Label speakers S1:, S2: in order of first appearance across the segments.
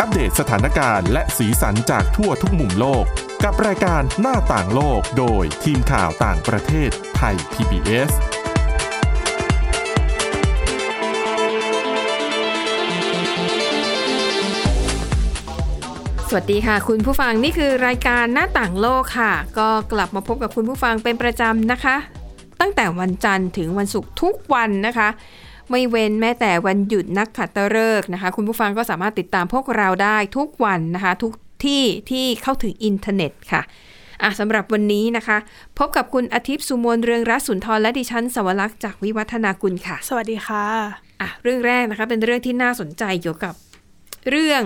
S1: อัปเดตสถานการณ์และสีสันจากทั่วทุกมุมโลก กับรายการหน้าต่างโลกโดยทีมข่าวต่างประเทศไทย PBS
S2: สวัสดีค่ะ คุณผู้ฟังนี่คือรายการหน้าต่างโลกค่ะ ก็กลับมาพบกับคุณผู้ฟังเป็นประจำนะคะ ตั้งแต่วันจันทร์ถึงวันศุกร์ทุกวันนะคะ ไม่เว้นแม้แต่วันหยุดนักขัตฤกษ์นะคะ คุณผู้ฟังก็สามารถติดตามพวกเราได้ทุกวันนะคะ ทุกที่ที่เข้าถึงอินเทอร์เน็ตค่ะอ่ะสำหรับวันนี้นะคะ พบกับคุณอาทิตย์สุโมนเรืองรัศนทรและดิฉันสวรักษ์จากวิวัฒนากุลค่ะ
S3: สวัสดีค่ะ
S2: อ่ะเรื่องแรกนะคะเป็นเรื่องที่น่าสนใจเกี่ยวกับเรื่อง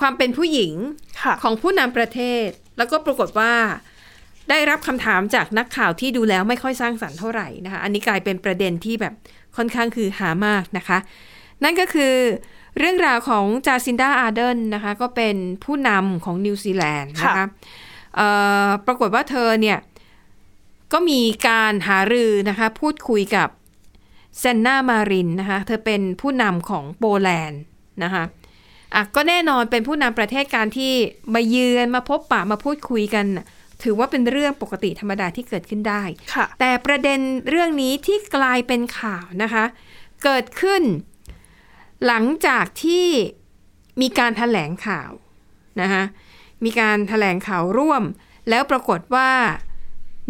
S2: ความเป็นผู้หญิง
S3: ค่ะ
S2: ของผู้นำประเทศ แล้วก็ปรากฏว่าได้รับคำถามจากนักข่าวที่ดูแล้วไม่ค่อยสร้างสรรค์เท่าไหร่นะคะ อันนี้กลายเป็นประเด็นที่แบบค่อนข้างคือหามากนะคะ นั่นก็คือเรื่องราวของจาซินดาอาร์เดนนะคะ ก็เป็นผู้นำของนิวซีแลนด์นะ
S3: ค่ะ
S2: คะเอ่อปรากฏว่าเธอเนี่ย ก็มีการหารือนะคะ พูดคุยกับเซนนามารินนะคะ เธอเป็นผู้นำของโปแลนด์นะคะอ่ะก็แน่นอนเป็นผู้นำประเทศการที่มาเยือนมาพบปะมาพูดคุยกันน่ะถือว่าเป็นเรื่องปกติธรรมดาที่เกิดขึ้นได้
S3: ค่ะ
S2: แต่ประเด็นเรื่องนี้ที่กลายเป็นข่าวนะคะ เกิดขึ้น หลังจากที่มีการถแถลงข่าวนะคะมีการถแถลงข่าวร่วม แล้วปรากฏว่า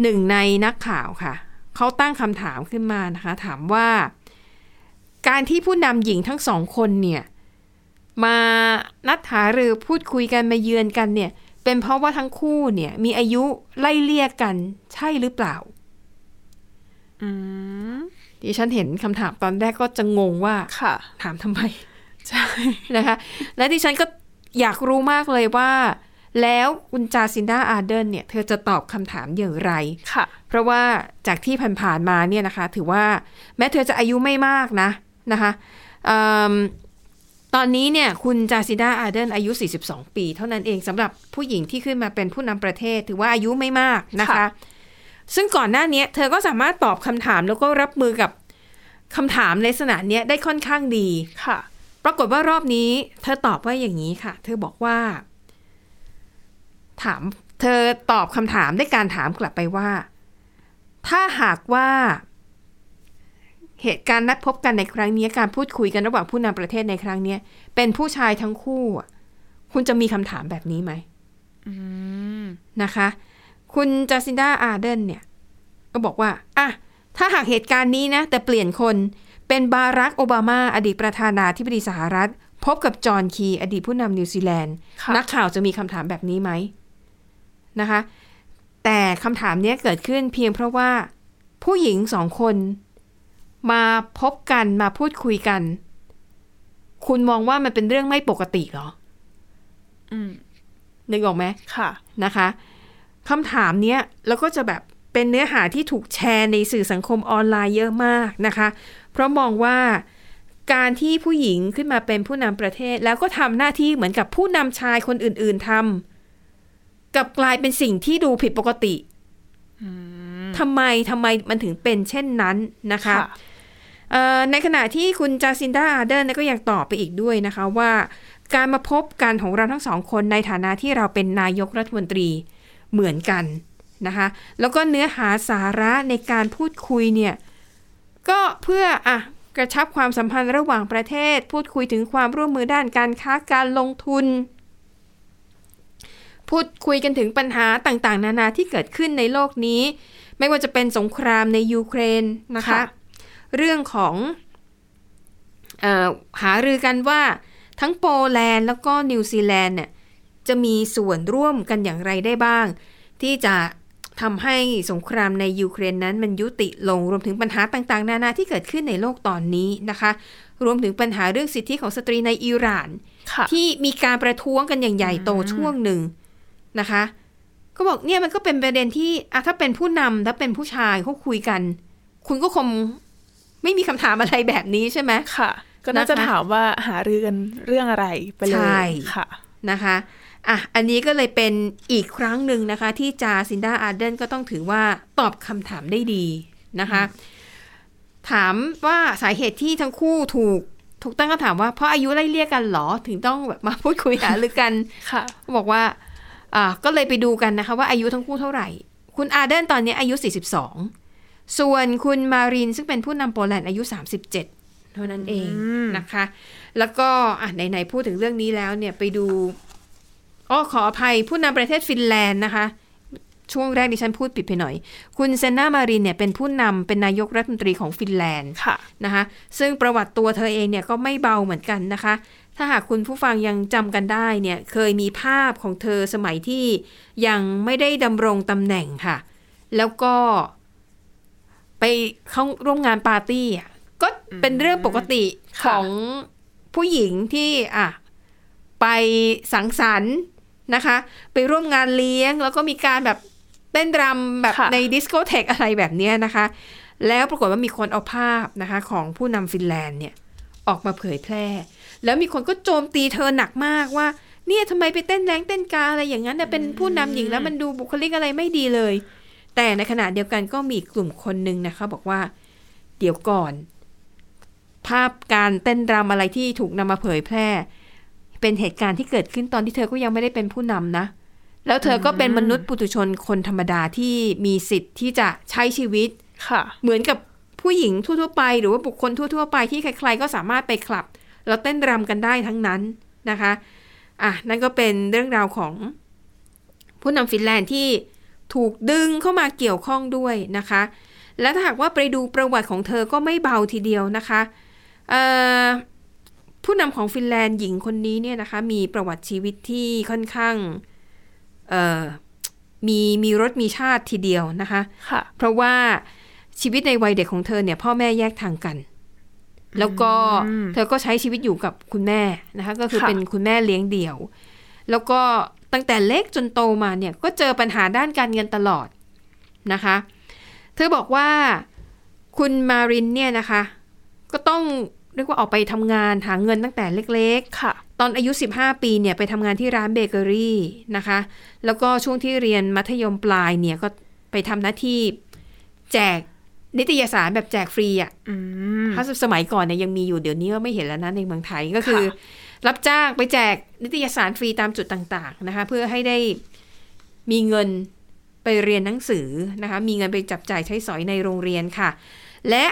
S2: หนึ่งในนักข่าวค่ะ เขาตั้งคำถามขึ้นมานะคะ ถามว่า การที่ผู้นำหญิงทั้งสองคนเนี่ย มานัดหารือพูดคุยกันมาเยือนกันเนี่ย เป็นเพราะว่าทั้งคู่เนี่ย มีอายุไล่เลี่ยกันใช่หรือเปล่า
S3: อืม
S2: ดิฉันเห็นคำถามตอนแรกก็จะงงว่า
S3: ค่ะ
S2: ถามทำไม
S3: ใช่
S2: นะคะ และดิฉันก็อยากรู้มากเลยว่า แล้วคุณจาซินดาอาร์เดนเนี่ย เธอจะตอบคำถามอย่างไร
S3: ค่ะ
S2: เพราะว่าจากที่ผ่านๆมาเนี่ยนะคะ ถือว่าแม้เธอจะอายุไม่มากนะนะคะเอิ่มตอนนี้เนี่ยคุณจาซินดาอาร์เดนอายุ 42 ปี เท่านั้นเองสำหรับผู้หญิงที่ขึ้นมาเป็นผู้นำประเทศ ถือว่าอายุไม่มากนะคะ
S3: ค่ะ
S2: ซึ่งก่อนหน้าเนี้ยเธอก็สามารถตอบคำถามแล้วก็รับมือกับคำถามในสนามเนี้ยได้ค่อนข้างดี
S3: ค่ะ
S2: ปรากฏว่ารอบนี้ เธอตอบว่าอย่างนี้ค่ะ เธอบอกว่า ถาม เธอตอบคำถามด้วยการถามกลับไปว่า ถ้าหากว่า เหตุการณ์นัดพบกันในครั้งนี้การพูดคุยกันระหว่างผู้นำประเทศในครั้งนี้เป็นผู้ชายทั้งคู่อะคุณจะมีคำถามแบบนี้ไหม
S3: อืม
S2: นะคะ คุณจัสินดาอาร์เดนเนี่ย ก็บอกว่าอ่ะถ้าหากเหตุการณ์นี้นะ แต่เปลี่ยนคนเป็นบารักโอบามา อดีตประธานาธิบดีสหรัฐ พบกับจอห์นคี อดีตผู้นำนิวซีแลนด์
S3: ค่ะ
S2: นักข่าวจะมีคำถามแบบนี้ไหมนะคะ แต่คำถามเนี้ยเกิดขึ้นเพียงเพราะว่าผู้หญิงสองคนมาพบกันมาพูดคุยกัน คุณมองว่ามันเป็นเรื่องไม่ปกติเหรอ
S3: อืม
S2: นึกออกไหม
S3: ค่ะ
S2: นะคะคำถามเนี้ยแล้วก็จะแบบเป็นเนื้อหาที่ถูกแชร์ในสื่อสังคมออนไลน์เยอะมากนะคะ เพราะมองว่าการที่ผู้หญิงขึ้นมาเป็นผู้นำประเทศ แล้วก็ทำหน้าที่เหมือนกับผู้นำชายคนอื่น ๆทำกลับกลายเป็นสิ่งที่ดูผิดปกติทำไมทำไมมันถึงเป็นเช่นนั้นนะคะ เอ่อในขณะที่คุณจาซินดาอาร์เดนเนี่ยก็ยังตอบไปอีกด้วยนะคะว่า การมาพบกันของเราทั้งสองคนในฐานะที่เราเป็นนายกรัฐมนตรีเหมือนกันนะคะแล้วก็เนื้อหาสาระในการพูดคุยเนี่ย ก็เพื่ออะกระชับความสัมพันธ์ระหว่างประเทศ พูดคุยถึงความร่วมมือด้านการค้าการลงทุน พูดคุยกันถึงปัญหาต่างๆ นานาที่เกิดขึ้นในโลกนี้ ไม่ว่าจะเป็นสงครามในยูเครนนะคะ
S3: ค่ะ
S2: เรื่องของเออหารือกันว่าทั้งโปแลนด์แล้วก็นิวซีแลนด์เนี่ยจะมีส่วนร่วมกันอย่างไรได้บ้าง ที่จะทำให้สงครามในยูเครนนั้นมันยุติลงรวมถึงปัญหาต่างๆ นานาที่เกิดขึ้นในโลกตอนนี้นะคะ รวมถึงปัญหาเรื่องสิทธิของสตรีในอิหร่าน
S3: ค่ะ
S2: ที่มีการประท้วงกันอย่างใหญ่โตช่วงหนึ่งนะคะ ก็บอกเนี่ยมันก็เป็นประเด็นที่อะถ้าเป็นผู้นำถ้าเป็นผู้ชายเขาคุยกัน คุณก็คงไม่มีคำถามอะไรแบบนี้ใช่ไหม
S3: ค่ะ ก็น่าจะ
S2: นะคะ
S3: ถามว่าหารือกันเรื่องอะไรไปเล
S2: ใช่
S3: ย ค่ะ
S2: นะคะอ่ะอันนี้ก็เลยเป็นอีกครั้งหนึ่งนะคะ ที่จาซินดาอาร์เดนก็ต้องถือว่าตอบคำถามได้ดีนะคะ ถามว่าสาเหตุที่ทั้งคู่ถูก ถูกตั้งคำถามว่าเพราะอายุไล่เลี่ยกันเหรอถึงต้องแบบมาพูดคุยหารือกัน
S3: ค่ะ
S2: บอกว่าอ่าก็เลยไปดูกันนะคะว่าอายุทั้งคู่เท่าไหร่ คุณอาเดนตอนนี้อายุ 42 ส่วนคุณมารินซึ่งเป็นผู้นำโปแลนด์อายุ 37 เท่านั้นเอง
S3: อืม
S2: นะคะ แล้วก็อ่ะไหนๆพูดถึงเรื่องนี้แล้วเนี่ยไปดูอ้อขออภัยผู้นำประเทศฟินแลนด์นะคะ ช่วงแรกดิฉันพูดผิดไปหน่อย คุณเซนนามารินเนี่ยเป็นผู้นำเป็นนายกรัฐมนตรีของฟินแลนด์
S3: ค่ะ
S2: นะคะซึ่งประวัติตัวเธอเองเนี่ยก็ไม่เบาเหมือนกันนะคะ ถ้าหากคุณผู้ฟังยังจำกันได้เนี่ยเคยมีภาพของเธอสมัยที่ยังไม่ได้ดำรงตำแหน่งค่ะ แล้วก็ไปเข้าร่วมงานปาร์ตี้อ่ะก็เป็นเรื่องปกติข
S3: ค่ะ
S2: องผู้หญิงที่อ่ะไปสังสรรค์นะคะ ไปร่วมงานเลี้ยง แล้วก็มีการแบบเต้นรำแบบ
S3: ค่ะ
S2: ในดิสโกเทกอะไรแบบเนี้ยนะคะ แล้วปรากฏว่ามีคนเอาภาพนะคะของผู้นำฟินแลนด์เนี่ยออกมาเผยแพร่ แล้วมีคนก็โจมตีเธอหนักมากว่า เนี่ยทำไมไปเต้นแรงเต้นกาอะไรอย่างนั้นเน่ยเป็นผู้นำหญิงแล้วมันดูบุคลิกอะไรไม่ดีเลย แต่ในขณะเดียวกันก็มีอีกกลุ่มคนหนึ่งนะคะ บอกว่า เดี๋ยวก่อน ภาพการเต้นรำอะไรที่ถูกนำมาเผยแพร่ เป็นเหตุการณ์ที่เกิดขึ้นตอนที่เธอก็ยังไม่ได้เป็นผู้นำนะ แล้วเธอก็เป็นมนุษย์ปุถุชนคนธรรมดาที่มีสิทธิ์ที่จะใช้ชีวิต
S3: ค่ะ
S2: เหมือนกับผู้หญิงทั่วๆไป หรือว่าบุคคลทั่วๆไปที่ใครๆก็สามารถไปคลับ แล้วเต้นรำกันได้ทั้งนั้นนะคะอ่ะนั่นก็เป็นเรื่องราวของผู้นำฟินแลนด์ที่ถูกดึงเข้ามาเกี่ยวข้องด้วยนะคะ และถ้าหากว่าไปดูประวัติของเธอก็ไม่เบาทีเดียวนะคะเอ่อผู้นำของฟินแลนด์หญิงคนนี้เนี่ยนะคะมีประวัติชีวิตที่ค่อนข้างเอ่อมีมีรสมีชาติทีเดียวนะคะ
S3: ค่ะ
S2: เพราะว่าชีวิตในวัยเด็กของเธอเนี่ยพ่อแม่แยกทางกัน แล้วก็
S3: อืม
S2: เธอก็ใช้ชีวิตอยู่กับคุณแม่นะคะก็คือ
S3: ค่ะ
S2: เป็นคุณแม่เลี้ยงเดี่ยว แล้วก็ตั้งแต่เล็กจนโตมาเนี่ยก็เจอปัญหาด้านการเงินตลอดนะคะ เธอบอกว่าคุณมารินเนี่ยนะคะ ก็ต้องเรียกว่าออกไปทำงานหาเงินตั้งแต่เล็ก ๆ
S3: ค่ะ
S2: ตอนอายุ 15 ปีเนี่ยไปทำงานที่ร้านเบเกอรี่นะคะ แล้วก็ช่วงที่เรียนมัธยมปลายเนี่ยก็ไปทำหน้าที่แจกนิตยสารแบบแจกฟรีอะ่ะ
S3: อืม
S2: ถ้าสมัยก่อนเนี่ยยังมีอยู่เดี๋ยวนี้ก็ไม่เห็นแล้วนะในเมืองไทยก็คือ รับจ้างไปแจกนิตยสารฟรีตามจุดต่างๆนะคะ เพื่อให้ได้มีเงินไปเรียนหนังสือนะคะ มีเงินไปจับจ่ายใช้สอยในโรงเรียนค่ะ และ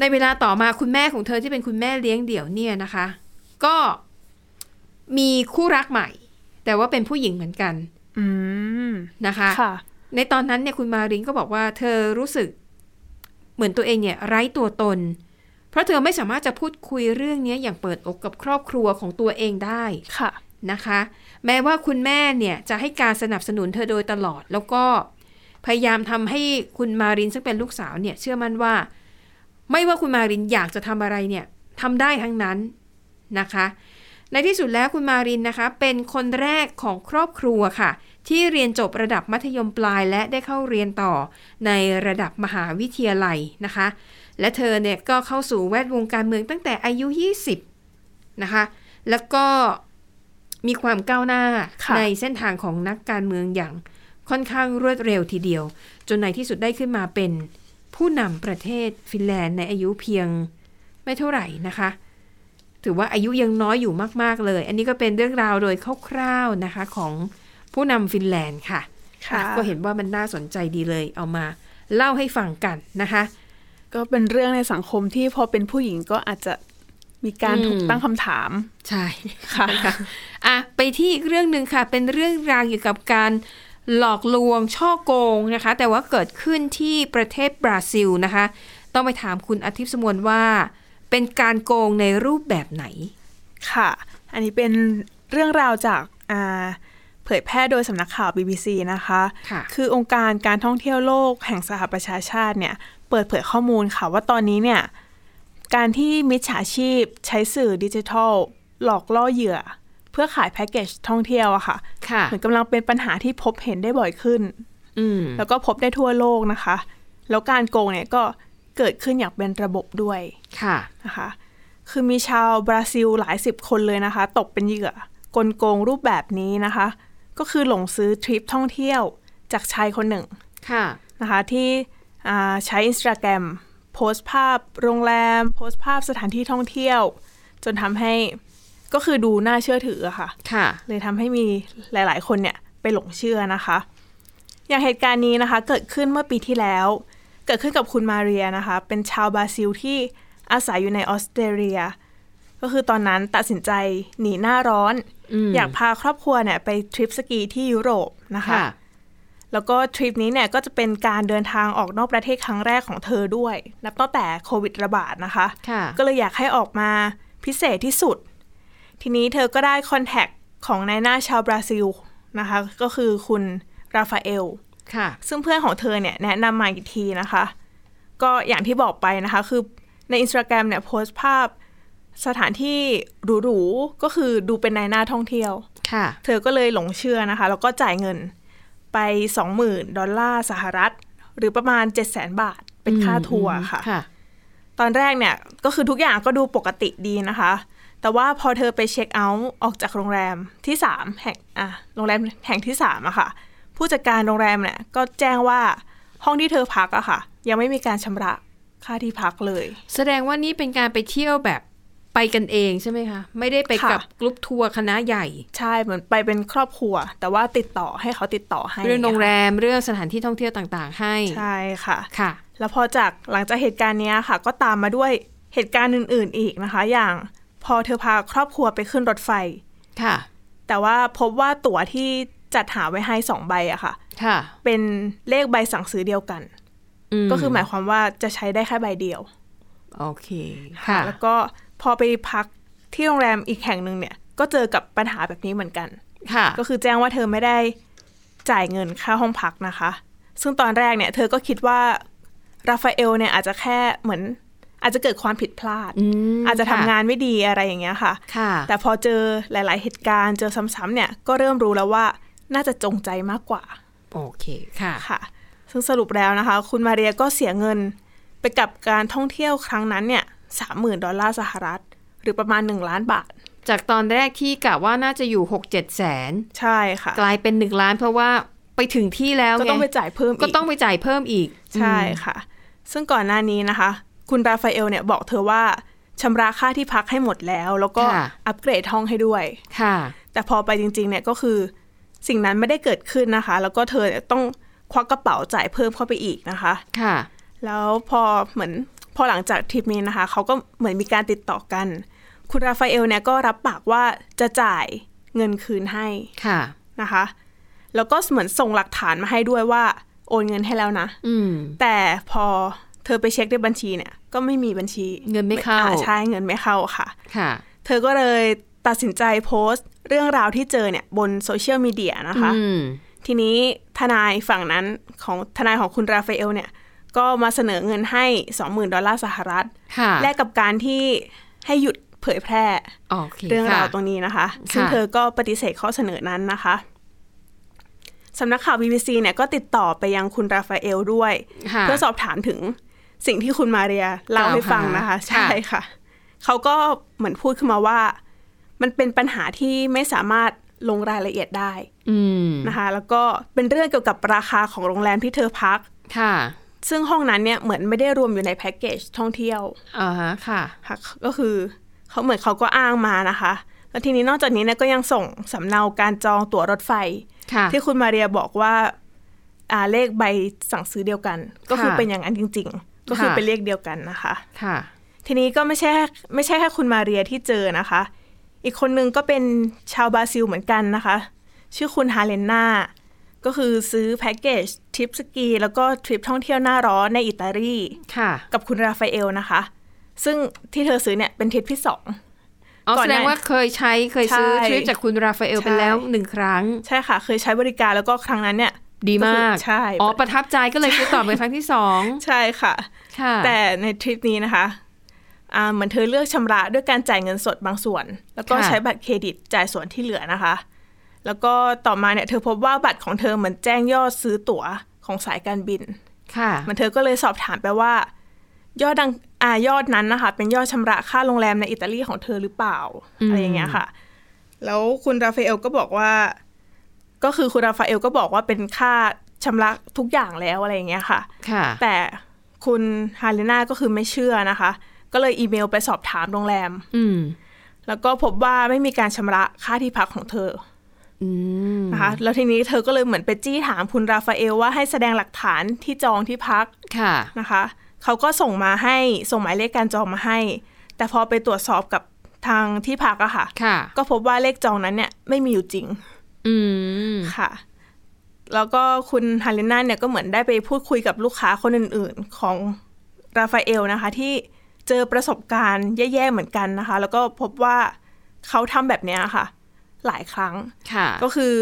S2: ในเวลาต่อมาคุณแม่ของเธอที่เป็นคุณแม่เลี้ยงเดี่ยวเนี่ยนะคะ ก็มีคู่รักใหม่ แต่ว่าเป็นผู้หญิงเหมือนกัน
S3: อืม
S2: นะคะ
S3: ค่ะ
S2: ในตอนนั้นเนี่ยคุณมารินก็บอกว่าเธอรู้สึกเหมือนตัวเองเนี่ยไร้ตัวตน เพราะเธอไม่สามารถจะพูดคุยเรื่องเนี้ยอย่างเปิดอกกับครอบครัวของตัวเองได้
S3: ค่ะ
S2: นะคะ แม้ว่าคุณแม่เนี่ยจะให้การสนับสนุนเธอโดยตลอด แล้วก็พยายามทำให้คุณมารินซึ่งเป็นลูกสาวเนี่ยเชื่อมั่นว่า ไม่ว่าคุณมารินอยากจะทำอะไรเนี่ยทำได้ทั้งนั้นนะคะ ในที่สุดแล้วคุณมารินนะคะ เป็นคนแรกของครอบครัวค่ะ ที่เรียนจบระดับมัธยมปลายและได้เข้าเรียนต่อในระดับมหาวิทยาลัยนะคะ และเธอเนี่ยก็เข้าสู่แวดวงการเมืองตั้งแต่อายุ 20 นะคะ แล้วก็มีความก้าวหน้า
S3: ค่ะ
S2: ในเส้นทางของนักการเมืองอย่างค่อนข้างรวดเร็วทีเดียว จนในที่สุดได้ขึ้นมาเป็นผู้นำประเทศฟินแลนด์ในอายุเพียงไม่เท่าไหร่นะคะ ถือว่าอายุยังน้อยอยู่มาก ๆ เลย อันนี้ก็เป็นเรื่องราวโดยคร่าวๆนะคะของผู้นำฟินแลนด์ค่ะ
S3: ค่ะ
S2: ก็เห็นว่ามันน่าสนใจดีเลย เอามาเล่าให้ฟังกันนะคะ
S3: ก็เป็นเรื่องในสังคมที่พอเป็นผู้หญิงก็อาจจะมีการ
S2: อืม
S3: ถูกตั้งคำถาม
S2: ใช่
S3: ค่ะ
S2: ค่ะอ่ะ ไปที่อีกเรื่องหนึ่งค่ะ เป็นเรื่องราวเกี่ยวกับการหลอกลวงช่อโกงนะคะ แต่ว่าเกิดขึ้นที่ประเทศบราซิลนะคะ ต้องไปถามคุณอาทิตย์สมวนว่า เป็นการโกงในรูปแบบไหน
S3: ค่ะ อันนี้เป็นเรื่องราวจากอ่าเผยแพร่โดยสำนักข่าว BBC นะคะ
S2: ค่ะ
S3: คือองค์การการท่องเที่ยวโลกแห่งสหประชาชาติเนี่ย เปิดเผยข้อมูลค่ะว่าตอนนี้เนี่ย การที่มิจฉาชีพใช้สื่อดิจิทัล หลอกล่อเหยื่อ เพื่อขายแพ็กเกจท่องเที่ยวอะค่ะ
S2: ค่ะ
S3: เหมือนกำลังเป็นปัญหาที่พบเห็นได้บ่อยขึ้น
S2: อืม
S3: แล้วก็พบได้ทั่วโลกนะคะ แล้วการโกงเนี่ยก็เกิดขึ้นอย่างเป็นระบบด้วย
S2: ค่ะ
S3: นะคะ คือมีชาวบราซิลหลายสิบคนเลยนะคะ ตกเป็นเหยื่อกลโกงรูปแบบนี้นะคะ ก็คือหลงซื้อทริปท่องเที่ยวจากชายคนหนึ่ง
S2: ค่ะ
S3: นะคะที่อ่าใช้ Instagram โพสต์ภาพโรงแรม โพสต์ภาพสถานที่ท่องเที่ยว จนทำให้ก็คือดูน่าเชื่อถืออะค่ะ
S2: ค่ะ
S3: เลยทำให้มีหลาย ๆ คนเนี่ยไปหลงเชื่อนะคะ อย่างเหตุการณ์นี้นะคะ เกิดขึ้นเมื่อปีที่แล้ว เกิดขึ้นกับคุณมาเรียนะคะ เป็นชาวบราซิลที่อาศัยอยู่ในออสเตรเลีย ก็คือตอนนั้นตัดสินใจหนีหน้าร้อน อยากพาครอบครัวเนี่ยไปทริปสกีที่ยุโรปนะคะ
S2: ค่ะ
S3: แล้วก็ทริปนี้เนี่ยก็จะเป็นการเดินทางออกนอกประเทศครั้งแรกของเธอด้วย นับตั้งแต่โควิดระบาดนะคะ
S2: ค่ะ
S3: ก็เลยอยากให้ออกมาพิเศษที่สุด ทีนี้เธอก็ได้คอนแทคของนายหน้าชาวบราซิลนะคะ ก็คือคุณราฟาเอล
S2: ค่ะ
S3: ซึ่งเพื่อนของเธอเนี่ยแนะนำมาอีกทีนะคะ ก็อย่างที่บอกไปนะคะ คือในอินสตาแกรมเนี่ยโพสต์ภาพสถานที่หรูๆ ก็คือดูเป็นนายหน้าท่องเที่ยว
S2: ค่ะ
S3: เธอก็เลยหลงเชื่อนะคะ แล้วก็จ่ายเงินไป 20,000 ดอลลาร์สหรัฐ หรือประมาณ 7 0 0 0 0 0 บาท เป็นค่าทัวร์ค่ะ
S2: ค่ะ
S3: ตอนแรกเนี่ยก็คือทุกอย่างก็ดูปกติดีนะคะ แต่ว่าพอเธอไปเช็คเอาท์ออกจากโรงแรมที่ 3 แห่งอ่ะโรงแรมแห่งที่3อะค่ะ ผู้จัดการโรงแรมเนี่ยก็แจ้งว่าห้องที่เธอพักอะค่ะ ยังไม่มีการชำระค่าที่พักเลย
S2: แสดงว่านี่เป็นการไปเที่ยวแบบไปกันเองใช่ไหมคะ ไม่ได้ไป
S3: ค่ะ
S2: กับกรุ๊ปทัวร์คณะใหญ่
S3: ใช่เหมือนไปเป็นครอบครัว แต่ว่าติดต่อให้เขาติดต่อให้
S2: เรื่องโรงแรมเรื่องสถานที่ท่องเที่ยวต่างๆ ให้
S3: ใช่ค่ะ
S2: ค่ะ
S3: แล้วพอจากหลังจากเหตุการณ์เนี้ยค่ะ ก็ตามมาด้วยเหตุการณ์อื่น ๆ อีกนะคะ อย่างพอเธอพาครอบครัวไปขึ้นรถไฟ
S2: ค่ะ
S3: แต่ว่าพบว่าตั๋วที่จัดหาไว้ให้สองใบอะค่ะ
S2: ค่ะ
S3: เป็นเลขใบสั่งซื้อเดียวกัน
S2: ม
S3: ก็คือหมายความว่าจะใช้ได้แค่ใบเดียว
S2: โอเค ค่ะ
S3: แล้วก็พอไปพักที่โรงแรมอีกแห่งหนึ่งเนี่ย ก็เจอกับปัญหาแบบนี้เหมือนกัน
S2: ค่ะ
S3: ก็คือแจ้งว่าเธอไม่ได้จ่ายเงินค่าห้องพักนะคะ ซึ่งตอนแรกเนี่ย เธอก็คิดว่าราฟาเอลเนี่ยอาจจะแค่เหมือน อาจจะเกิดความผิดพลาด
S2: อืม
S3: อาจจะทำ
S2: ค่
S3: งานไม่ดีอะไรอย่างเงี้ยค่ะ
S2: ค่ะ
S3: แต่พอเจอหลาย ๆ เหตุการณ์เจอซ้ำๆเนี่ยก็เริ่มรู้แล้วว่าน่าจะจงใจมากกว่า
S2: โอเค ค่ะ
S3: ค่ะ ซึ่งสรุปแล้วนะคะ คุณมาเรียก็เสียเงินไปกับการท่องเที่ยวครั้งนั้นเนี่ยสามหมื่นดอลลาร์สหรัฐ หรือประมาณ 1 ล้านบาท
S2: จากตอนแรกที่กะว่าน่าจะอยู่หกเจ็ดแสน
S3: ใช่ค่ะ
S2: กลายเป็นหนึ่งล้านเพราะว่าไปถึงที่แล้ว
S3: ก็
S2: ไง
S3: ต้องไปจ่ายเพิ่ม
S2: ก็
S3: อีก
S2: ต้องไปจ่ายเพิ่มอีก
S3: ใช่ค่ะ ซึ่งก่อนหน้านี้นะคะ คุณราฟาเอลเนี่ยบอกเธอว่าชำระค่าที่พักให้หมดแล้ว แล้วก็อัปเกรดห้องให้ด้วย
S2: ค่ะ
S3: แต่พอไปจริงๆเนี่ยก็คือสิ่งนั้นไม่ได้เกิดขึ้นนะคะ แล้วก็เธอเนี่ยต้องควักกระเป๋าจ่ายเพิ่มเข้าไปอีกนะคะ
S2: ค่ะ
S3: แล้วพอเหมือนพอหลังจากทริปนี้นะคะ เขาก็เหมือนมีการติดต่อกัน คุณราฟาเอลเนี่ยก็รับปากว่าจะจ่ายเงินคืนให้
S2: ค่ะ
S3: นะคะ แล้วก็เหมือนส่งหลักฐานมาให้ด้วยว่าโอนเงินให้แล้วนะ
S2: อืม
S3: แต่พอเธอไปเช็คในบัญชีเนี่ยก็ไม่มีบัญชี
S2: เงินไม่เข้า
S3: อ่ใช่เงินไม่เข้าค่ะ
S2: ค่ะ
S3: เธอก็เลยตัดสินใจโพสต์เรื่องราวที่เจอเนี่ยบนโซเชียลมีเดียนะคะ
S2: อืม
S3: ทีนี้ทนายฝั่งนั้นของทนายของคุณราฟาเอลเนี่ย ก็มาเสนอเงินให้ 20,000 ดอลลาร์สหรัฐ
S2: ค่ะ
S3: แลกกับการที่ให้หยุดเผยแพร่
S2: โอเค
S3: เรื่องราว
S2: ค่ะ
S3: ตรงนี้นะคะ ซึ่ง
S2: ค่ะ
S3: เธอก็ปฏิเสธข้อเสนอนั้นนะคะสำนักข่าว BBC เนี่ยก็ติดต่อไปยังคุณราฟาเอลด้วย
S2: ค่ะ
S3: เพื่อสอบถามถึงสิ่งที่คุณมาเรียเล่าให้ฟังนะคะ
S2: กล่าวหา
S3: ใช่ค่ะ เขาก็เหมือนพูดขึ้นมาว่า มันเป็นปัญหาที่ไม่สามารถลงรายละเอียดได้
S2: อืม
S3: นะคะ แล้วก็เป็นเรื่องเกี่ยวกับราคาของโรงแรมที่เธอพัก
S2: ค่ะ
S3: ซึ่งห้องนั้นเนี่ยเหมือนไม่ได้รวมอยู่ในแพ็กเกจท่องเที่ยว
S2: อ่าฮะ ค่ะ
S3: ค่ะก็คือเขาเหมือนเขาก็อ้างมานะคะ แล้วทีนี้นอกจากนี้เนี่ยก็ยังส่งสำเนาการจองตั๋วรถไฟ
S2: ค่ะ
S3: ที่คุณมาเรียบอกว่าอ่าเลขใบสั่งซื้อเดียวกัน ก็คือเป็นอย่างนั้นจริง ๆ ก็คือ
S2: ค่ะ
S3: เป็นเลขเดียวกันนะคะ
S2: ค่ะ
S3: ทีนี้ก็ไม่ใช่ไม่ใช่แค่คุณมาเรียที่เจอนะคะ อีกคนนึงก็เป็นชาวบราซิลเหมือนกันนะคะ ชื่อคุณฮาเลนนาก็คือซื้อแพ็กเกจทริปสกีแล้วก็ทริปท่องเที่ยวหน้าร้อนในอิตาลี
S2: ค่ะ
S3: กับคุณราฟาเอลนะคะ ซึ่งที่เธอซื้อเนี่ยเป็นทริปที่สอง
S2: อ๋อ
S3: ก่อน
S2: แสดง
S3: หน้า
S2: ว่าเคยใช้เคยซื้อ
S3: ใช่
S2: ทริปจากคุณราฟาเอล
S3: ใช่
S2: ไปแล้วหนึ่งครั้ง
S3: ใช่ค่ะ เคยใช้บริการแล้วก็ครั้งนั้นเนี่ย
S2: ดีมาก
S3: ใช่
S2: อ๋อ ประทับใจก็เลยซื้อต่อเป็นครั้งที่สอง
S3: ใช่ค่ะ
S2: ค่ะ
S3: แต่ในทริปนี้นะคะอ่าเหมือนเธอเลือกชำระด้วยการจ่ายเงินสดบางส่วน แล้วก็
S2: ค่ะ
S3: ใช้บัตรเครดิตจ่ายส่วนที่เหลือนะคะ แล้วก็ต่อมาเนี่ยเธอพบว่าบัตรของเธอเหมือนแจ้งยอดซื้อตั๋วของสายการบิน
S2: ค่ะ
S3: มันเธอก็เลยสอบถามไปว่า ยอดดังอายอดนั้นนะคะ เป็นยอดชำระค่าโรงแรมในอิตาลีของเธอหรือเปล่าอะไรอย่างเงี้ยค่ะ แล้วคุณราฟาเอลก็บอกว่า ก็คือคุณราฟาเอลก็บอกว่าเป็นค่าชำระทุกอย่างแล้วอะไรอย่างเงี้ยค่ะ
S2: ค่ะ
S3: แต่ คุณฮาเลนาก็คือไม่เชื่อนะคะ ก็เลยอีเมลไปสอบถามโรงแรม
S2: อืม
S3: แล้วก็พบว่าไม่มีการชำระค่าที่พักของเธอ
S2: อืม
S3: นะคะ แล้วทีนี้เธอก็เลยเหมือนไปจี้ถามคุณราฟาเอลว่าให้แสดงหลักฐานที่จองที่พัก
S2: ค่ะ
S3: นะคะเขาก็ส่งมาให้ส่งหมายเลขการจองมาให้ แต่พอไปตรวจสอบกับทางที่พักอะค่ะ
S2: ค่ะ
S3: ก็พบว่าเลขจองนั้นเนี่ยไม่มีอยู่จริง
S2: อืม
S3: ค่ะ แล้วก็คุณฮาเลนาเนี่ยก็เหมือนได้ไปพูดคุยกับลูกค้าคนอื่นๆของราฟาเอลนะคะ ที่เจอประสบการณ์แย่ๆเหมือนกันนะคะ แล้วก็พบว่าเขาทำแบบเนี้ยค่ะ หลายครั้ง
S2: ค่ะ
S3: ก็คือ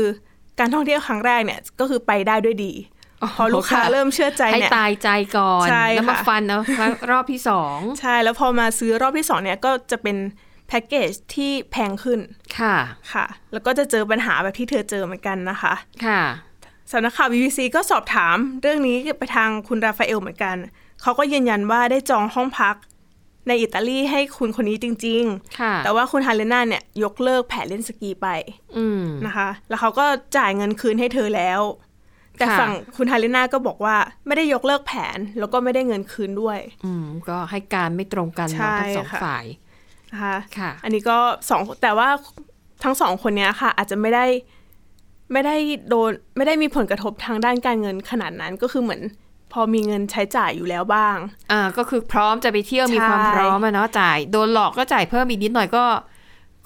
S3: การท่องเที่ยวครั้งแรกเนี่ยก็คือไปได้ด้วยดี
S2: โอ้โห
S3: พอลูกค้า
S2: ค่ะ
S3: เริ่มเชื่อใจ
S2: ให้
S3: เนี่ย
S2: ตายใจก่อน
S3: ใช่
S2: แล้วมา
S3: ค่ะ
S2: ฟันเอารอบที่สอง
S3: ใช่ แล้วพอมาซื้อรอบที่สองเนี่ยก็จะเป็นแพ็กเกจที่แพงขึ้น
S2: ค่ะ
S3: ค่ะ แล้วก็จะเจอปัญหาแบบที่เธอเจอเหมือนกันนะคะ
S2: ค่ะ
S3: สำนักข่าว BBC ก็สอบถามเรื่องนี้ไปทางคุณราฟาเอลเหมือนกัน เขาก็ยืนยันว่าได้จองห้องพักในอิตาลีให้คุณคนนี้จริง
S2: ค่ะ
S3: ๆ แต่ว่าคุณฮาเลนาเนี่ยยกเลิกแผนเล่นสกีไป
S2: อืม
S3: นะคะ แล้วเขาก็จ่ายเงินคืนให้เธอแล้ว แต่
S2: ค่ะ
S3: ฝั่งคุณฮาเลนาก็บอกว่าไม่ได้ยกเลิกแผนแล้วก็ไม่ได้เงินคืนด้วย
S2: อืม ก็ให้การไม่ตรงกัน
S3: ใช่
S2: เนาะทั้งสอง
S3: ค่ะ
S2: ฝ่าย
S3: นะคะ
S2: ค่ะ
S3: อันนี้ก็สองแต่ว่าทั้งสองคนเนี้ยค่ะ อาจจะไม่ได้ไม่ได้โดนไม่ได้มีผลกระทบทางด้านการเงินขนาดนั้นก็คือเหมือน พอมีเงินใช้จ่ายอยู่แล้วบ้าง
S2: อ่า ก็คือพร้อมจะไปเที่ยว มีความ
S3: ใช่
S2: พร้อมอะเนาะ จ่าย โดนหลอกก็จ่ายเพิ่มอีกนิดหน่อยก็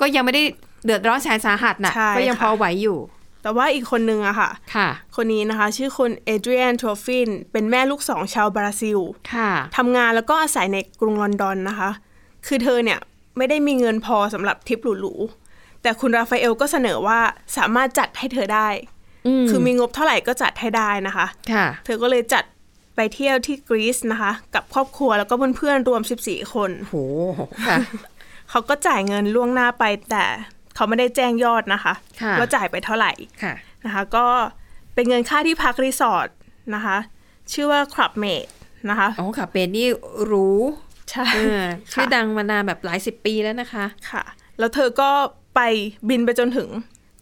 S2: ก็ยังไม่ได้เดือดร้อนแสนสาหัสน่ะ
S3: ใช่
S2: ก็ยัง
S3: ค่ะ
S2: พอไหวอยู่
S3: แต่ว่าอีกคนนึงอะค่ะ
S2: ค่ะ
S3: คนนี้นะคะ ชื่อคนเอเดรียนทรอฟินเป็นแม่ลูกสองชาวบราซิล
S2: ค่ะ
S3: ทำงานแล้วก็อาศัยในกรุงลอนดอนนะคะ คือเธอเนี่ยไม่ได้มีเงินพอสำหรับทริปหรูๆแต่คุณราฟาเอลก็เสนอว่าสามารถจัดให้เธอได้
S2: อืม
S3: คือมีงบเท่าไหร่ก็จัดให้ได้นะคะ
S2: ค่ะ
S3: เธอก็เลยจัดไปเที่ยวที่กรีซนะคะ กับครอบครัวแล้วก็เพื่อนๆรวม 14 คน
S2: โห ค่ะ
S3: เขาก็จ่ายเงินล่วงหน้าไปแต่เขาไม่ได้แจ้งยอดนะคะ
S2: ค่ะ
S3: ว่าจ่ายไปเท่าไหร่
S2: ค่ะ
S3: นะคะ ก็เป็นเงินค่าที่พักรีสอร์ทนะคะ ชื่อว่าคลับเมดนะคะ
S2: อ๋อค่ะเป็นนี่หรู้
S3: ใช่
S2: ชื่อ
S3: ค่ะ
S2: ดังมานานแบบหลายสิบปีแล้วนะคะ
S3: ค่ะ แล้วเธอก็ไปบินไปจนถึง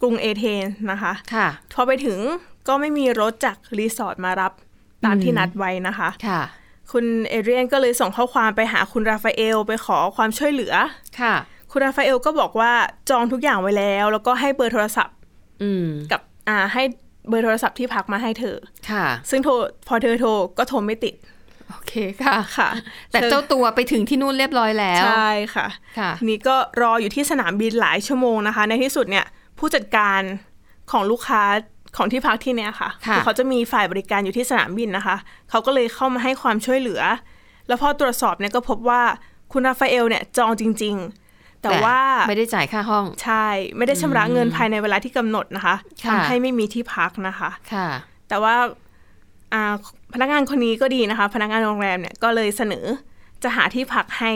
S3: กรุงเอเธนส์นะคะ
S2: ค่ะ
S3: พอไปถึงก็ไม่มีรถจากรีสอร์ทมารับตามที่นัดไว้นะคะ
S2: ค่ะ
S3: คุณเอเดรียนก็เลยส่งข้อความไปหาคุณราฟาเอลไปขอความช่วยเหลือ
S2: ค่ะ
S3: คุณราฟาเอลก็บอกว่าจองทุกอย่างไว้แล้ว แล้วก็ให้เบอร์โทรศัพท์
S2: อืม
S3: กับอ่าให้เบอร์โทรศัพท์ที่พักมาให้เธอ
S2: ค่ะ
S3: ซึ่งโทรพอเธอโทรก็โทรไม่ติด
S2: โอเคค่ะ
S3: ค่ะ
S2: แต่เจ้า
S3: ธอ
S2: ตัวไปถึงที่นู่นเรียบร้อยแล้ว
S3: ใช่ค่ะ
S2: ค่ะ
S3: ทีนี้ก็รออยู่ที่สนามบินหลายชั่วโมงนะคะ ในที่สุดเนี่ยผู้จัดการของลูกค้าของที่พักที่เนี่ยค่ะ
S2: ค่ะ
S3: อเขาจะมีฝ่ายบริการอยู่ที่สนามบินนะคะ เขาก็เลยเข้ามาให้ความช่วยเหลือ แล้วพอตรวจสอบเนี่ยก็พบว่าคุณราฟาเอลเนี่ยจองจริง ๆ แต่ว่า
S2: ไม่ได้จ่ายค่าห้อง
S3: ใช่ ไม่ได้ชำระเงินภายในเวลาที่กำหนดนะคะ
S2: ค่ะ
S3: ทำให้ไม่มีที่พักนะคะ
S2: ค่ะ
S3: แต่ว่าอ่าพนักงานคนนี้ก็ดีนะคะ พนักงานโรงแรมเนี่ยก็เลยเสนอจะหาที่พักให้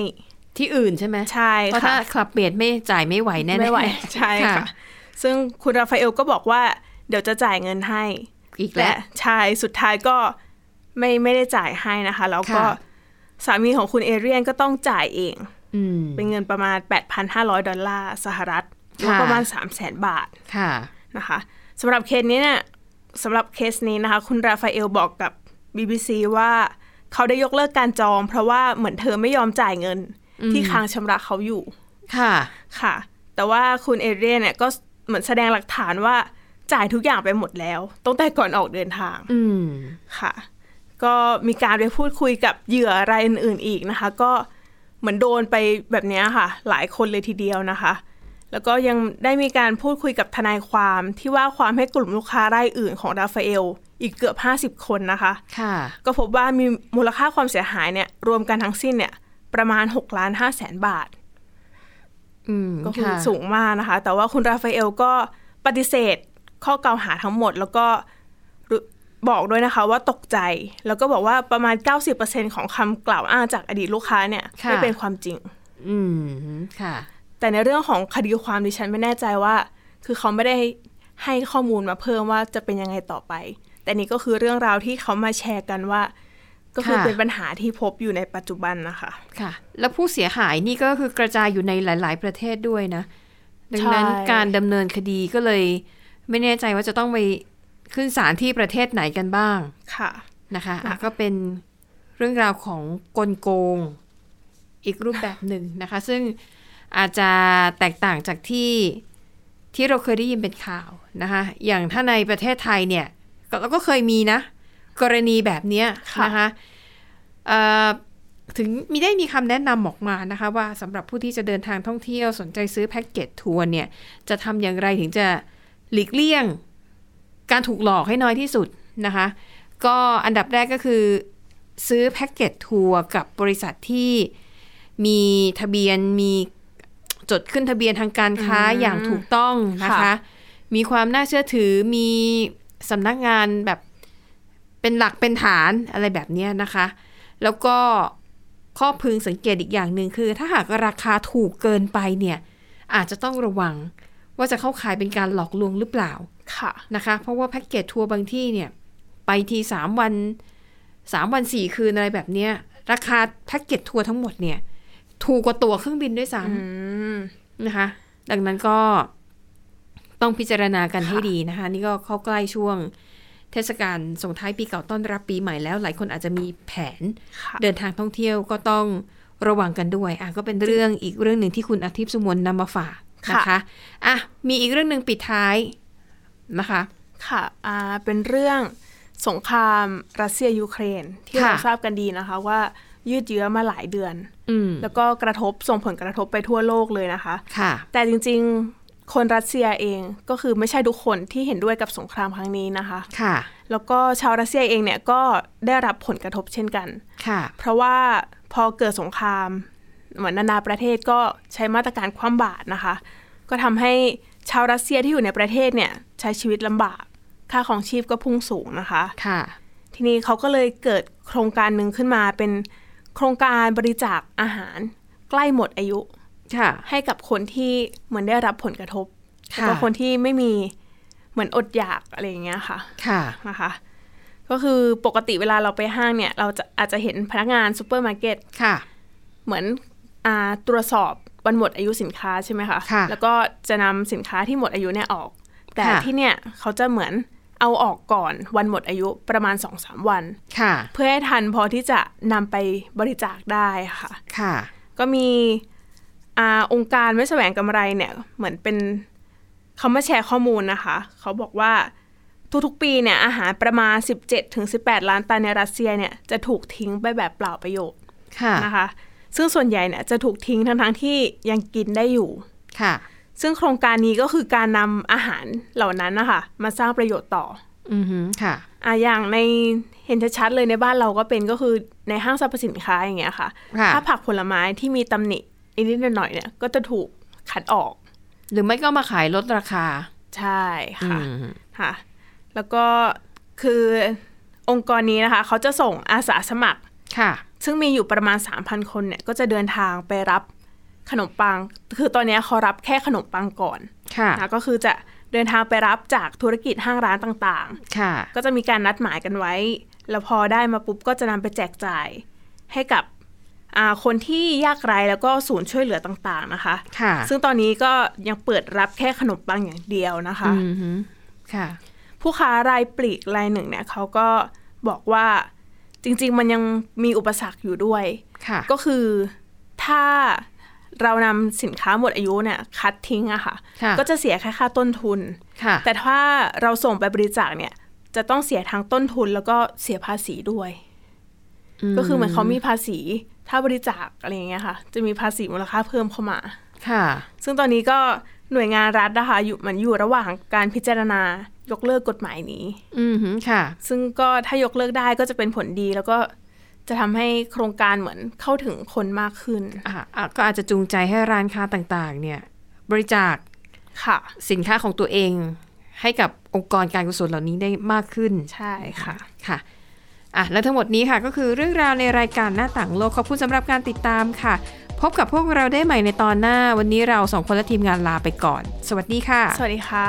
S2: ที่อื่นใช่ไหม
S3: ใช่
S2: เพราะถ้า
S3: ค่ะ
S2: คลับเมดไม่จ่ายไม่ไหวแน่ๆ
S3: ไม่ไหวใช่ค่ะ ซึ่งคุณราฟาเอลก็บอกว่าเดี๋ยวจะจ่ายเงินให้
S2: อีกแล้ว
S3: ใช่สุดท้ายก็ไม่ไม่ได้จ่ายให้นะคะ แล้วก็
S2: ค่ะ
S3: สามีของคุณเอเรียนก็ต้องจ่ายเอง
S2: อืม
S3: เป็นเงินประมาณ 8,500 ดอลลาร์สหรัฐหรือว่า
S2: ค่ะ
S3: ประมาณ 3 0 0 0 0 0 บาท
S2: ค่ะ
S3: นะคะสำหรับเคสนี้เนี่ยสำหรับเคสนี้นะคะ คุณราฟาเอลบอกกับ BBC ว่าเขาได้ยกเลิกการจอง เพราะว่าเหมือนเธอไม่ยอมจ่ายเงิน ที่ค้างชำระเขาอยู่
S2: ค่ะ
S3: ค่ะ แต่ว่าคุณเอเรียนเนี่ยก็เหมือนแสดงหลักฐานว่าจ่ายทุกอย่างไปหมดแล้วตั้งแต่ก่อนออกเดินทาง
S2: อืม
S3: ค่ะ ก็มีการไปพูดคุยกับเหยื่อรายอื่นๆอีกนะคะ ก็เหมือนโดนไปแบบเนี้ยค่ะ หลายคนเลยทีเดียวนะคะ แล้วก็ยังได้มีการพูดคุยกับทนายความที่ว่าความให้กลุ่มลูกค้ารายอื่นของราฟาเอล อีกเกือบ 50 คนนะคะ
S2: ค่ะ
S3: ก็พบว่ามีมูลค่าความเสียหายเนี่ยรวมกันทั้งสิ้นเนี่ยประมาณ6ล้าน5แสนบาท
S2: อืม
S3: ก็คือ
S2: ค่ะ
S3: สูงมากนะคะ แต่ว่าคุณราฟาเอลก็ปฏิเสธข้อกล่าวหาทั้งหมด แล้วก็รู้บอกด้วยนะคะว่าตกใจ แล้วก็บอกว่าประมาณ 90%ของคำกล่าวอ้างจากอดีตลูกค้าเนี่ยไม่เป็นความจริง
S2: อืม ค่ะ
S3: แต่ในเรื่องของคดีความดิฉันไม่แน่ใจว่า คือเขาไม่ได้ให้ข้อมูลมาเพิ่มว่าจะเป็นยังไงต่อไป แต่นี่ก็คือเรื่องราวที่เขามาแชร์กันว่า ก็คือ
S2: ค่ะ
S3: เป็นปัญหาที่พบอยู่ในปัจจุบันนะคะ
S2: ค่ะ แล้วผู้เสียหายนี่ก็คือกระจายอยู่ในหลาย ๆ ประเทศด้วยนะ ดังนั้น
S3: ใช่
S2: การดำเนินคดีก็เลย ไม่แน่ใจว่าจะต้องไปขึ้นศาลที่ประเทศไหนกันบ้าง
S3: ค่ะ
S2: นะคะอ่ะ
S3: ค่ะ
S2: ก็เป็น เรื่องราวของกลโกงอีกรูปแบบหนึ่งนะคะ ซึ่งอาจจะแตกต่างจากที่ที่เราเคยได้ยินเป็นข่าวนะคะอย่างถ้าในประเทศไทยเนี่ยก็เราก็เคยมีนะ กรณีแบบเนี้ย
S3: ค่ะ
S2: นะคะเอ่อถึงมีได้มีคำแนะนำออกมานะคะว่าสำหรับผู้ที่จะเดินทางท่องเที่ยวสนใจซื้อแพ็กเกจทัวร์เนี่ยจะทำอย่างไรถึงจะหลีกเลี่ยง การถูกหลอกให้น้อยที่สุดนะคะ ก็อันดับแรกก็คือซื้อแพ็กเกจทัวร์กับบริษัทที่มีทะเบียนมีจดขึ้นทะเบียนทางการค้า
S3: อืม
S2: อย่างถูกต้องนะคะ
S3: ค่ะ
S2: มีความน่าเชื่อถือมีสำนักงานแบบเป็นหลักเป็นฐานอะไรแบบเนี้ยนะคะ แล้วก็ข้อพึงสังเกตอีกอย่างหนึ่งคือ ถ้าหากราคาถูกเกินไปเนี่ยอาจจะต้องระวังว่าจะเข้าข่ายเป็นการหลอกลวงหรือเปล่า
S3: ค่ะ
S2: นะคะเพราะว่าแพ็กเกจทัวร์บางที่เนี่ยไปทีสามวันสามวันสี่คืนอะไรแบบเนี้ยราคาแพ็กเกจทัวร์ทั้งหมดเนี่ยถูกกว่าตั๋วเครื่องบินด้วยซ้
S3: อืม
S2: ำนะคะ ดังนั้นก็ต้องพิจารณากันให้
S3: ค่ะ
S2: ดีนะคะ นี่ก็เข้าใกล้ช่วงเทศกาลส่งท้ายปีเก่าต้อนรับปีใหม่แล้ว หลายคนอาจจะมีแผน
S3: ค่ะ
S2: เดินทางท่องเที่ยวก็ต้องระวังกันด้วยอ่ะก็เป็นเรื่องอีกเรื่องหนึ่งที่คุณอาทิตย์สุมนต์นำมาฝากนะคะอ่ะมีอีกเรื่องหนึ่งปิดท้ายนะคะ
S3: ค่ะอ่าเป็นเรื่องสงครามรัสเซียยูเครน ที่
S2: ค่ะ
S3: เราทราบกันดีนะคะว่ายืดเยื้อมาหลายเดือน
S2: อืม
S3: แล้วก็กระทบส่งผลกระทบไปทั่วโลกเลยนะคะ
S2: ค่ะ
S3: แต่จริงๆ คนรัสเซียเองก็คือไม่ใช่ทุกคนที่เห็นด้วยกับสงครามครั้งนี้นะคะ
S2: ค่ะ
S3: แล้วก็ชาวรัสเซียเองเนี่ยก็ได้รับผลกระทบเช่นกัน
S2: ค่ะ
S3: เพราะว่าพอเกิดสงคราม เหมือนนานาประเทศก็ใช้มาตรการคว่ำบาตรนะคะ ก็ทำให้ชาวรัสเซียที่อยู่ในประเทศเนี่ยใช้ชีวิตลำบาก ค่าของชีพก็พุ่งสูงนะคะ
S2: ค่ะ
S3: ทีนี้เขาก็เลยเกิดโครงการหนึ่งขึ้นมาเป็นโครงการบริจาคอาหาร ใกล้หมดอายุ
S2: ค่ะ
S3: ให้กับคนที่เหมือนได้รับผลกระทบแล้ว
S2: ค่ะ
S3: ก็คนที่ไม่มีเหมือนอดอยากอะไรอย่างเงี้ยค่ะ
S2: ค่ะ
S3: นะคะ ก็คือปกติเวลาเราไปห้างเนี่ย เราจะอาจจะเห็นพนักงานซูเปอร์มาร์เก็ต
S2: ค่ะ
S3: เหมือนอ่าตรวจสอบวันหมดอายุสินค้าใช่ไหมคะ
S2: ค่ะ
S3: แล้วก็จะนำสินค้าที่หมดอายุเนี่ยออก แต่
S2: ค่ะ
S3: ที่เนี่ยเขาจะเหมือนเอาออกก่อนวันหมดอายุประมาณ2อสวัน
S2: ค่ะ
S3: เพื่อให้ทันพอที่จะนำไปบริจาคได้ค่ะ
S2: ค่ะ
S3: ก็มีอาองค์การไม่แสวงกำไรเนี่ยเหมือนเป็นเขามาแชร์ข้อมูลนะคะ เขาบอกว่าทุกๆปีเนี่ยอาหารประมาณ 17ถึง18 ล้านตันในรัสเซียเนี่ยจะถูกทิ้งไปแบบเปล่าประโยชน์
S2: ค่ะ
S3: นะคะ ซึ่งส่วนใหญ่เนี่ยจะถูกทิ้งทั้งๆที่ยังกินได้อยู่
S2: ค่ะ
S3: ซึ่งโครงการนี้ก็คือการนำอาหารเหล่านั้นนะคะมาสร้างประโยชน์ต่อ
S2: อือหือค่ะ
S3: อ่ะอย่างในเห็นชัดๆเลยในบ้านเราก็เป็นก็คือในห้างสรรพสินค้าอย่างเงี้ยค่ะ
S2: ค่ะ
S3: ถ้าผักผลไม้ที่มีตำหนินิดๆหน่อยๆเนี่ยก็จะถูกขัดออก
S2: หรือไม่ก็มาขายลดราคา
S3: ใช่
S2: อื
S3: ค่ะ
S2: ม
S3: ค่ะ แล้วก็คือองค์กรนี้นะคะ เขาจะส่งอาสาสมัคร
S2: ค่ะ
S3: ซึ่งมีอยู่ประมาณ 3,000 คนเนี่ยก็จะเดินทางไปรับขนมปัง คือตอนเนี้ยเขารับแค่ขนมปังก่อน
S2: ค่ะ
S3: นะก็คือจะเดินทางไปรับจากธุรกิจห้างร้านต่างๆ
S2: ค่ะ
S3: ก็จะมีการนัดหมายกันไว้ แล้วพอได้มาปุ๊บก็จะนำไปแจกจ่ายให้กับอ่าคนที่ยากไร้แล้วก็ศูนย์ช่วยเหลือต่างๆนะคะ
S2: ค่ะ
S3: ซึ่งตอนนี้ก็ยังเปิดรับแค่ขนมปังอย่างเดียวนะคะ
S2: อือหือค่ะ
S3: ผู้ค้ารายปลีกรายหนึ่งเนี่ยเขาก็บอกว่าจริงๆมันยังมีอุปสรรคอยู่ด้วย
S2: ค่ะ
S3: ก็คือถ้าเรานำสินค้าหมดอายุเนี่ยคัดทิ้งอะค่ะ
S2: ค่ะ
S3: ก็จะเสียแค่ค่าต้นทุน
S2: ค่ะ
S3: แต่ถ้าเราส่งไปบริจาคเนี่ย จะต้องเสียทั้งต้นทุนแล้วก็เสียภาษีด้วย ก็คือเหมือนเขามีภาษี ถ้าบริจาคอะไรอย่างเงี้ยค่ะ จะมีภาษีมูลค่าเพิ่มเข้ามา
S2: ค่ะ
S3: ซึ่งตอนนี้ก็หน่วยงานรัฐนะคะอยู่มันอยู่ระหว่างการพิจารณายกเลิกกฎหมายนี้
S2: อือหือค่ะ
S3: ซึ่งก็ถ้ายกเลิกได้ก็จะเป็นผลดี แล้วก็จะทำให้โครงการเหมือนเข้าถึงคนมากขึ้น
S2: อ่ะอ่ะก็อาจจะจูงใจให้ร้านค้าต่างๆ เนี่ย บริจาค
S3: ค่ะ
S2: สินค้าของตัวเอง ให้กับองค์กรการกุศลเหล่านี้ได้มากขึ้น
S3: ใช่ค่ะ
S2: ค่ะอ่ะ และทั้งหมดนี้ค่ะก็คือเรื่องราวในรายการหน้าต่างโลก ขอบคุณสำหรับการติดตามค่ะ พบกับพวกเราได้ใหม่ในตอนหน้า วันนี้เราสองคนและทีมงานลาไปก่อน สวัสดีค่ะ
S3: สวัสดีค่ะ